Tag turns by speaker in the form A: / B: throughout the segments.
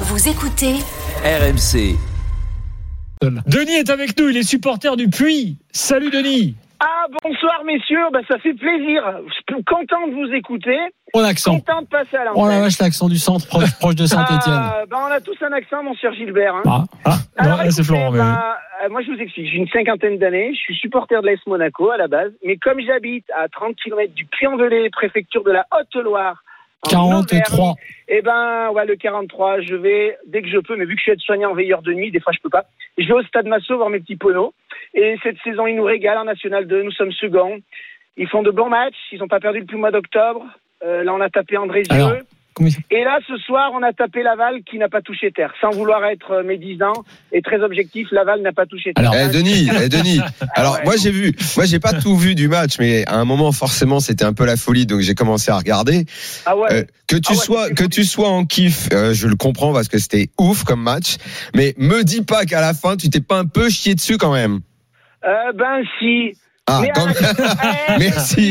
A: Vous écoutez
B: RMC.
C: Denis est avec nous, il est supporter du Puy. Salut Denis.
D: Ah, bonsoir messieurs, bah, ça fait plaisir. Je suis Content de vous écouter,
E: Bon accent.
D: content de passer à
E: Oh la
D: l'antenne.
E: vache, l'accent du centre proche, proche de Saint-Etienne.
D: Ah, bah, on a tous un accent, mon cher Gilbert. hein.
E: Ah,
C: Ah,
D: Alors,
C: non, là, c'est
D: écoutez,
C: Florent. mais-
D: bah, euh, moi je vous explique, j'ai une cinquantaine d'années, je suis supporter de l'AS Monaco à la base, mais comme j'habite à 30 km du Puy-en-Velay, préfecture de la Haute-Loire, en
E: 43.
D: Eh ben, ouais, le 43, je vais, dès que je peux, mais vu que je suis aide-soignant en veilleur de nuit, des fois je peux pas, je vais au Stade Massot voir mes petits ponos. Et cette saison, ils nous régalent en National 2, nous sommes seconds. Ils font de bons matchs, ils n'ont pas perdu depuis le mois d'octobre. Euh, là, on a tapé
E: Alors,
D: Andrézieux.
E: comment il-
D: Et là, ce soir, on a tapé Laval qui n'a pas touché terre. Sans vouloir être euh, médisant et très objectif, Laval n'a pas touché terre.
E: Alors,
F: Eh Denis, eh, Denis. Alors
D: ouais.
F: moi j'ai vu, moi j'ai pas tout vu du match, mais à un moment forcément c'était un peu la folie, donc j'ai commencé à regarder.
D: ah ouais.
F: Euh, que
D: Ah
F: tu
D: ouais,
F: sois
D: c'était
F: que
D: fou.
F: tu sois en kiff, euh, je le comprends parce que c'était ouf comme match, mais me dis pas qu'à la fin tu t'es pas un peu chié dessus quand même.
D: Euh, ben si.
F: Ah,
D: Mais Eh, à
F: quand-
D: la-
F: merci,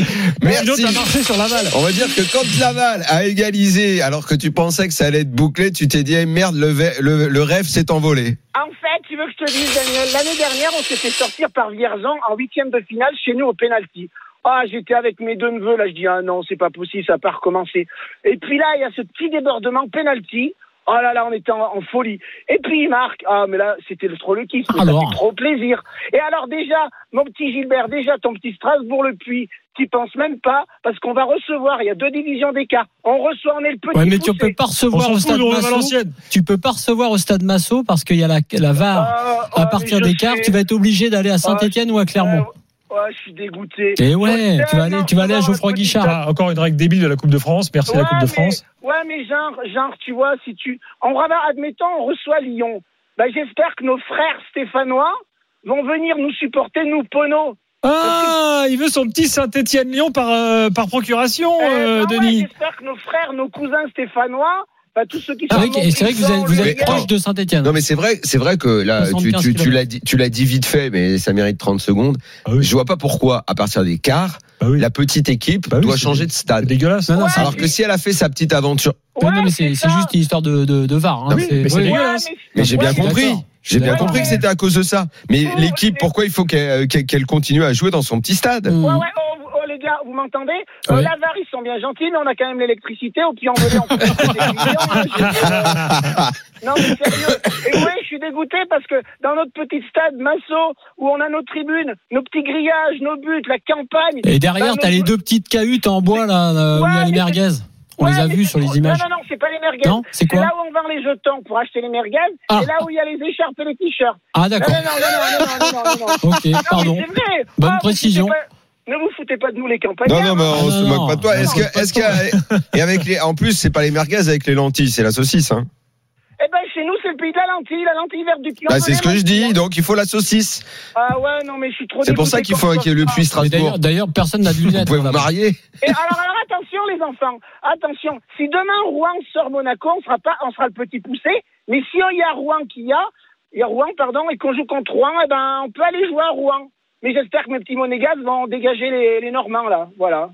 C: Dis donc,
F: merci.
C: t'as marché sur la balle.
F: On va dire que quand Laval a égalisé alors que tu pensais que ça allait être bouclé, tu t'es dit eh, merde le, ve- le- le rêve s'est envolé.
D: En fait, tu veux que je te dise, Daniel, l'année dernière, on s'est fait sortir par Vierzon en huitième de finale chez nous au penalty. Ah, j'étais avec mes deux neveux, là, je dis, ah non, c'est pas possible, ça part recommencer. Et puis là, il y a ce petit débordement penalty. Oh là là, on était en, en folie. Et puis il marque. Ah, mais là, c'était le- trop le kiff. mais
E: Alors.
D: Ça fait trop plaisir. Et alors, déjà, mon petit Gilbert, déjà, ton petit Strasbourg-le-Puy, qui pense même pas, parce qu'on va recevoir, il y a deux divisions d'écart. On reçoit, on est le petit.
E: Ouais, mais tu
D: poussé.
E: peux pas
C: On
E: recevoir
C: s'en
E: au
C: fout,
E: stade
C: nous, on est
E: Massot.
C: Valenciennes.
E: Tu peux pas recevoir au stade Massot parce qu'il y a la, la VAR
D: Ah, ah,
E: à
D: mais
E: partir
D: je
E: des quarts.
D: sais.
E: Tu vas être obligé d'aller à Saint-Etienne ou à Clermont.
D: Euh, ouais, je suis dégoûté.
E: Et Eh ouais, tu vas aller, tu vas aller à Geoffroy Guichard.
C: Ah, encore une règle débile de la Coupe de France. Merci
D: Ouais,
C: la Coupe de
D: mais-
C: France.
D: Ouais, mais genre, genre, tu vois, si tu. On va, admettons, on reçoit Lyon. Bah, j'espère que nos frères stéphanois vont venir nous supporter, nous, Pono.
E: Oh,
C: Ah, il veut son petit Saint-Étienne-Lyon par, euh, par procuration, euh,
D: bah
C: Denis.
D: Eh, j'espère que nos frères, nos cousins stéphanois, bah, tous ceux qui
E: C'est
D: sont.
E: vrai que, et c'est vrai que vous êtes, vous êtes
F: Mais-
E: proche de Saint-Etienne.
F: Non mais c'est vrai, c'est vrai que là tu,
E: 75
F: tu, tu
E: kilomètres.
F: l'as dit, tu l'as dit vite fait, mais ça mérite 30 secondes.
C: Ah oui.
F: Je vois pas pourquoi à partir des quarts
C: Bah oui.
F: la petite équipe
C: Bah oui,
F: doit
C: c'est-
F: changer de
C: C'est
F: stade.
C: dégueulasse.
E: Non, non,
D: Ouais,
E: c'est-
F: Alors que si elle a fait sa petite aventure,
E: non, non, mais c'est c'est juste une histoire de, de, de VAR. hein.
C: Ah oui,
E: C'est-
C: mais c'est
E: oui, oui.
C: dégueulasse.
F: mais j'ai
D: Ouais,
F: bien
D: je suis
F: compris.
E: d'accord. Je suis
F: J'ai bien
E: d'accord.
F: compris que
D: Ouais.
F: c'était à cause de ça. Mais
D: Ouais,
F: l'équipe,
D: mais-
F: pourquoi il faut qu'elle euh, qu'elle- qu'elle continue à jouer dans son petit stade
D: Ouais,
E: Hum.
D: ouais, oh, vous- oh, les gars, vous m'entendez euh,
E: Ouais.
D: L'avare, ils sont bien gentils, mais on a quand même l'électricité. Au puy en velay on peut faire des millions, hein, je veux dire, euh, Non, mais sérieux. Et ouais, je suis dégoûté parce que dans notre petit stade, Massot, où on a nos tribunes, nos petits grillages, nos buts, la campagne.
E: Et derrière,
D: Bah,
E: t'as
D: non,
E: les deux petites cahutes en bois là, là, où il y a
D: Ouais,
E: les
D: mais
E: merguez. On
D: Ouais,
E: les a
D: mais
E: vues
D: c'est
E: sur les
D: trop-
E: images.
D: Non, non, non, c'est pas les merguez.
E: Non, c'est
D: C'est
E: quoi
D: là où on vend les jetons pour acheter les merguez.
E: Ah.
D: C'est là où il y a les écharpes et les t-shirts.
E: Ah
D: Non,
E: d'accord.
D: non, non, non, non, non, non, non, non.
E: Ok,
D: Non, mais
E: pardon.
D: c'est vrai.
E: Bonne
D: Ah, vous
E: précision.
D: foutez pas- Ne vous foutez pas de nous, les hein. campagnes.
F: Non, non, mais on
E: non,
F: se
E: Ah non,
F: moque pas de toi.
E: non,
F: Est-ce
E: on se moque
F: que,
E: pas
F: est-ce qu'il y a- et avec les, en plus, c'est pas les merguez avec les lentilles, c'est la saucisse. Hein.
D: Eh ben, chez nous, c'est le pays de la lentille, la lentille verte du pion.
F: Bah, c'est ce que je dis. Donc il faut la saucisse.
D: Ah ouais, non, mais je suis trop
F: C'est pour
D: dégoûté
F: ça qu'il
D: qu'on
F: faut qu'il y ait le
D: soit-
F: puits
E: Mais
F: Strasbourg.
E: D'ailleurs, d'ailleurs, personne n'a de
F: Vous
E: lunettes.
F: pouvez vous
E: là-bas.
F: marier.
D: Et alors, alors, attention, les enfants. Attention. Si demain, Rouen sort Monaco, on sera pas, on sera le petit poussé. Mais si il y a Rouen qui y a, il y a Rouen, pardon, et qu'on joue contre Rouen, eh ben, on peut aller jouer à Rouen. Mais j'espère que mes petits monégas vont dégager les, les Normands, là. Voilà.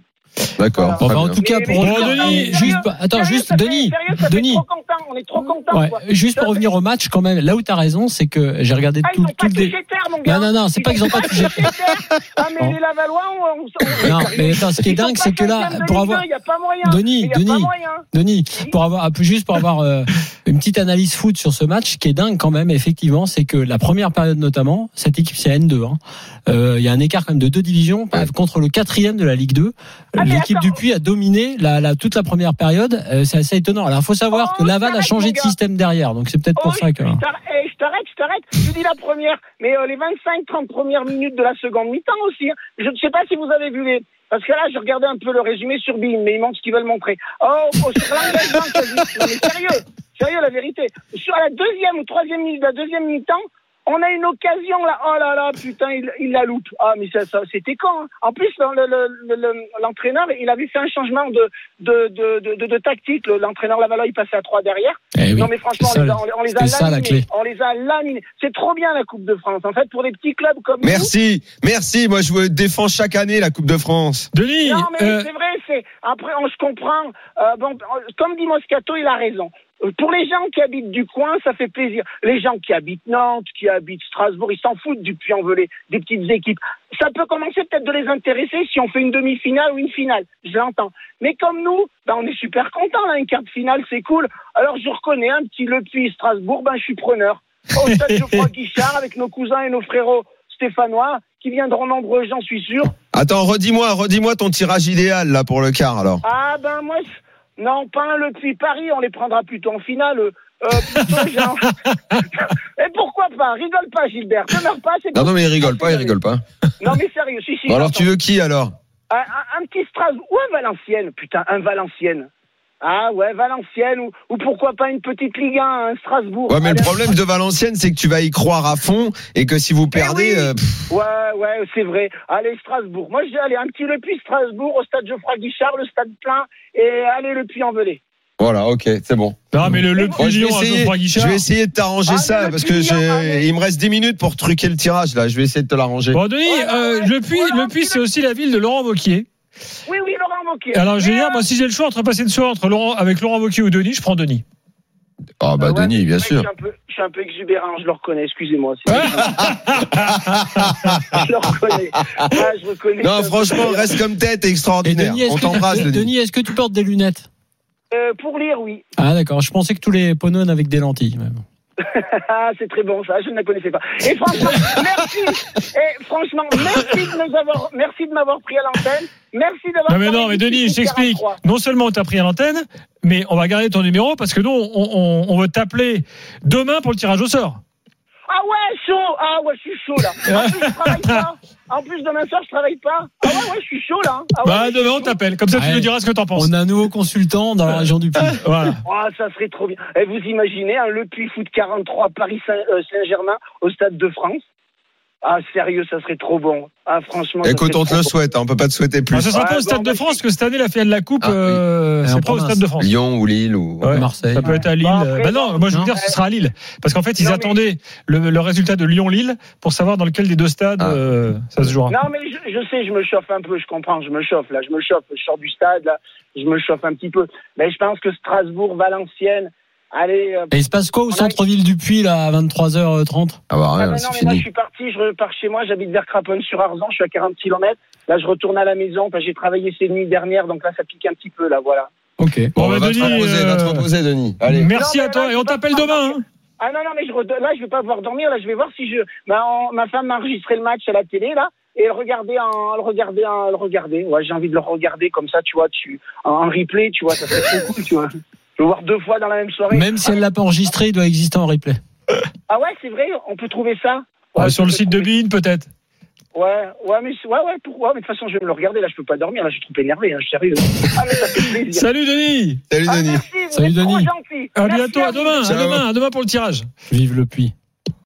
F: D'accord.
E: Bon,
F: très
E: bah, en
F: bien.
E: tout cas, pour
D: Mais- mais-
E: revenir-
C: Bon, Denis,
E: mais juste,
D: sérieux,
E: attends,
D: sérieux,
E: juste
D: ça fait-
E: Denis,
D: sérieux, ça fait
E: Denis,
D: trop content, on est trop contents.
E: ouais,
D: quoi.
E: juste pour
D: Ça fait-
E: revenir au match quand même. Là où t'as raison, c'est que j'ai regardé
D: Ah, ils
E: tout,
D: n'ont
E: tout
D: pas
E: le
D: touché
E: dé.
D: terre, mon gars.
E: Non, non, non, c'est pas qu'ils ont pas touché.
D: terre. Ah, mais
E: Non.
D: les Lavallois, on. on-
E: Non, mais attends, ce qui est
D: Ils sont
E: dingue,
D: pas
E: c'est que là,
D: cinquièmes de
E: pour
D: Ligue
E: avoir-
D: 1, y a pas moyen.
E: Denis,
D: Mais y a
E: Denis.
D: pas moyen.
E: Denis, pour avoir ah, juste pour avoir euh, une petite analyse foot sur ce match, ce qui est dingue quand même, effectivement, c'est que la première période notamment, cette équipe c'est N2, hein, euh, il y a un écart quand même de deux divisions euh, contre le quatrième de la Ligue 2.
D: Ah, mais
E: L'équipe
D: attends.
E: du Puy a dominé la, la- toute la première période, euh, c'est assez étonnant. Alors il faut savoir
D: Oh,
E: que Laval a
D: s'arrête,
E: changé
D: mon
E: de
D: gars.
E: système derrière, donc c'est peut-être
D: Oh,
E: pour ça que.
D: je t'arrête, eh, je t'arrête, je t'arrête. Je dis la première, mais euh, les 25-30 premières minutes de la seconde mi-temps aussi. hein. Je ne sais pas si vous avez vu les. Parce que là, je regardais un peu le résumé sur BIM, mais ils montrent ce qu'ils veulent montrer. Oh, oh, sur l'engagement, quasi. Non, mais sérieux, sérieux, la vérité. Sur la deuxième ou troisième minute de la deuxième mi-temps, on a une occasion là. Oh là là, putain, il, il la loupe. Ah, mais ça, ça c'était quand hein. En plus, l'entraîneur, le, le, l'entraîneur, il avait fait un changement de, de, de, de, de- de tactique. Le- L'entraîneur Lavalois, il passait à trois derrière.
E: Eh oui.
D: Non mais franchement,
E: C'est
D: on les
E: ça,
D: a, on les- on les a
E: c'est ça, la
D: laminés.
E: clé.
D: On les a laminés. C'est trop bien la Coupe de France. En fait, pour des petits clubs comme
F: Merci, merci. Moi, je défends chaque année la Coupe de France.
C: Denis,
D: nous. Non mais
C: euh,
D: c'est vrai. C'est après, on se comprend. Euh, bon, euh, comme dit Moscato, il a raison. euh, pour les gens qui habitent du coin, ça fait plaisir. Les gens qui habitent Nantes, qui habitent Strasbourg, ils s'en foutent du Puy-en-Velay, des petites équipes. Ça peut commencer peut-être de les intéresser si on fait une demi-finale ou une finale, je l'entends. Mais comme nous, ben on est super contents, là, une carte finale, c'est cool. Alors je reconnais un petit Le Puy Strasbourg, ben je suis preneur. Au stade Geoffroy Guichard, avec nos cousins et nos frérots stéphanois, qui viendront nombreux, j'en suis sûr.
F: Attends, redis-moi, redis-moi ton tirage idéal là pour le quart alors.
D: Ah ben moi, je- non, pas un Le Puy Paris, on les prendra plutôt en finale. euh, euh, plutôt genre- Et pourquoi pas Rigole pas, Gilbert. Ne meurs pas, c'est
F: Ah Non, non, mais il rigole pas, il rigole pas.
D: Non, mais sérieux, si, si.
F: Bon, alors
D: j'entends.
F: tu veux qui alors
D: un, un- un petit Strasbourg ou un Valenciennes, putain, un Valenciennes. Ah ouais, Valenciennes ou, ou pourquoi pas une petite Ligue 1, un Strasbourg.
F: Ouais, mais le
D: Allez,
F: problème de Valenciennes, c'est que tu vas y croire à fond et que si vous perdez,
D: oui.
F: euh, pff,
D: Ouais, ouais, c'est vrai. Allez, Strasbourg. Moi, j'ai allez, un petit Le Puy Strasbourg au stade Geoffroy Guichard, le stade plein, et allez, le Puy en velay
F: voilà, ok, c'est bon.
C: Non, mais le, le
F: Moi,
C: Puy
F: je, vais
C: Lyon à
F: essayer,
C: hein, Geoffroy Guichard.
F: je vais essayer de t'arranger
D: Ah, mais
F: ça
D: le
F: parce que
D: Puy, ah, mais-
F: j'ai, il me reste 10 minutes pour truquer le tirage là. Je vais essayer de te l'arranger.
C: Bon, Denis,
D: Ouais,
C: euh,
D: ouais,
C: le Puy,
D: ouais,
C: le
D: ouais,
C: Puy,
D: ouais.
C: c'est aussi la ville de Laurent Wauquiez.
D: Oui, oui, Laurent Wauquiez.
C: Alors, je veux
D: Mais,
C: dire,
D: euh,
C: moi, si j'ai le choix entre passer une soirée entre Laurent, avec Laurent Wauquiez ou Denis, je prends Denis.
F: Ah bah
D: ouais,
F: Denis, bien
D: c'est vrai que
F: sûr.
D: Je suis, un peu, je suis un peu exubérant, je le reconnais, excusez-moi. c'est- je le reconnais. Ah, je reconnais.
F: Non, franchement, reste comme tête,
E: Et
F: extraordinaire.
E: Denis, est-ce
F: On
E: que,
F: t'embrasse,
E: Denis,
F: Denis.
E: est-ce que tu portes des lunettes
D: Euh, pour lire, oui.
E: Ah d'accord, je pensais que tous les poneys avec des lentilles. Même.
D: Ah, c'est très bon ça, je ne la connaissais pas. Et franchement, merci. Et franchement, merci de nous avoir, merci de m'avoir pris à l'antenne. Merci d'avoir.
C: Non, mais non,
D: parlé
C: mais
D: du
C: Denis, je
D: Super
C: t'explique.
D: 43.
C: Non seulement on t'a pris à l'antenne, mais on va garder ton numéro parce que nous, on, on, on va t'appeler demain pour le tirage au sort.
D: Ah ouais, chaud. Ah ouais, je suis chaud là. En plus, je travaille pas. En plus, demain soir, je travaille pas. Ah ouais, ouais, je suis chaud là. Ah ouais,
C: Bah,
D: ouais, je suis
C: demain, on
D: chaud.
C: t'appelle. Comme ça, tu
E: Ouais.
C: nous diras ce que t'en penses.
E: On a un nouveau consultant dans la région du Puy.
C: Voilà.
D: Ah, ça serait trop bien. Et vous imaginez, hein, le Puy Foot 43 Paris Saint- euh, Saint-Germain au Stade de France Ah, sérieux, ça serait trop bon. Ah, franchement. ça
F: Écoute,
D: serait
F: on te
D: trop
F: le
D: bon.
F: souhaite, hein, on peut pas te souhaiter
C: Ah,
F: plus.
C: ce sera
D: Ouais,
C: pas au
D: bon,
C: Stade de
D: bah,
C: France que cette année, la finale de la Coupe,
F: Ah, oui.
C: euh,
E: Et en
C: c'est pas au
E: province.
C: Stade de France.
F: Lyon ou Lille ou.
C: Ouais.
E: Marseille.
C: Ça peut être à Lille.
D: Bon, après,
C: Bah non, moi je veux
E: non.
C: dire, ce sera à Lille. Parce qu'en fait, ils
D: Non, mais-
C: attendaient le, le résultat de Lyon-Lille pour savoir dans lequel des deux stades
F: Ah.
C: euh, ça se jouera.
D: Non, mais je, je sais, je me chauffe un peu, je comprends, je me chauffe là, je me chauffe, je sors du stade là, je me chauffe un petit peu. Mais je pense que Strasbourg, Valenciennes, allez. euh,
E: Et il se passe quoi au centre-ville du Puy là à 23h30
F: Ah bah
D: ah
F: rien,
D: ben non,
F: c'est
D: mais là, je
F: fini.
D: suis parti, je repars chez moi, j'habite vers Craponne-sur-Arzan, je suis à 40 km. Là, je retourne à la maison, parce que j'ai travaillé ces nuits dernières, donc là, ça pique un petit peu, là, voilà.
E: Ok.
F: Bon,
C: Bon, bah,
F: bah, va te
C: Denis,
F: reposer, va te
C: euh,
F: reposer, Denis. Allez.
C: Merci
D: Non,
C: à
D: mais
C: toi
D: là,
C: et
D: je
C: on
D: vais pas
C: t'appelle
D: prendre
C: demain.
D: ma-
C: hein.
D: Ah non, non, mais je redonne- là, je vais pas pouvoir dormir. Là, je vais voir si je. Ma, en- ma femme m'a enregistré le match à la télé, là, et le regarder, en, le regarder, en, le regarder. Ouais, j'ai envie de le regarder comme ça, tu vois, tu, en, en replay, tu vois, ça serait trop cool, tu vois. Je veux voir deux fois dans la même soirée.
E: Même si elle l'a pas enregistré, il doit exister en replay.
D: Ah ouais, c'est vrai, on peut trouver ça.
C: Ouais,
D: Ouais,
C: Ah, sur le
D: je peux
C: site de
D: trouver-
C: Bean, peut-être.
D: Ouais, ouais, mais c'est- ouais, ouais, pourquoi Mais de toute façon, je vais me le regarder. Là, je peux pas dormir. Là, je suis trop énervé. Hein, je suis sérieux. Ah, mais ça fait plaisir.
C: Salut Denis.
F: Salut,
D: Ah,
F: Denis.
D: merci, vous
E: Salut,
D: êtes trop
E: Denis.
D: gentil.
C: À
D: Merci
C: bientôt, à
D: vous.
C: demain, à
F: Ciao.
C: demain, à demain pour le tirage.
E: Vive le Puy.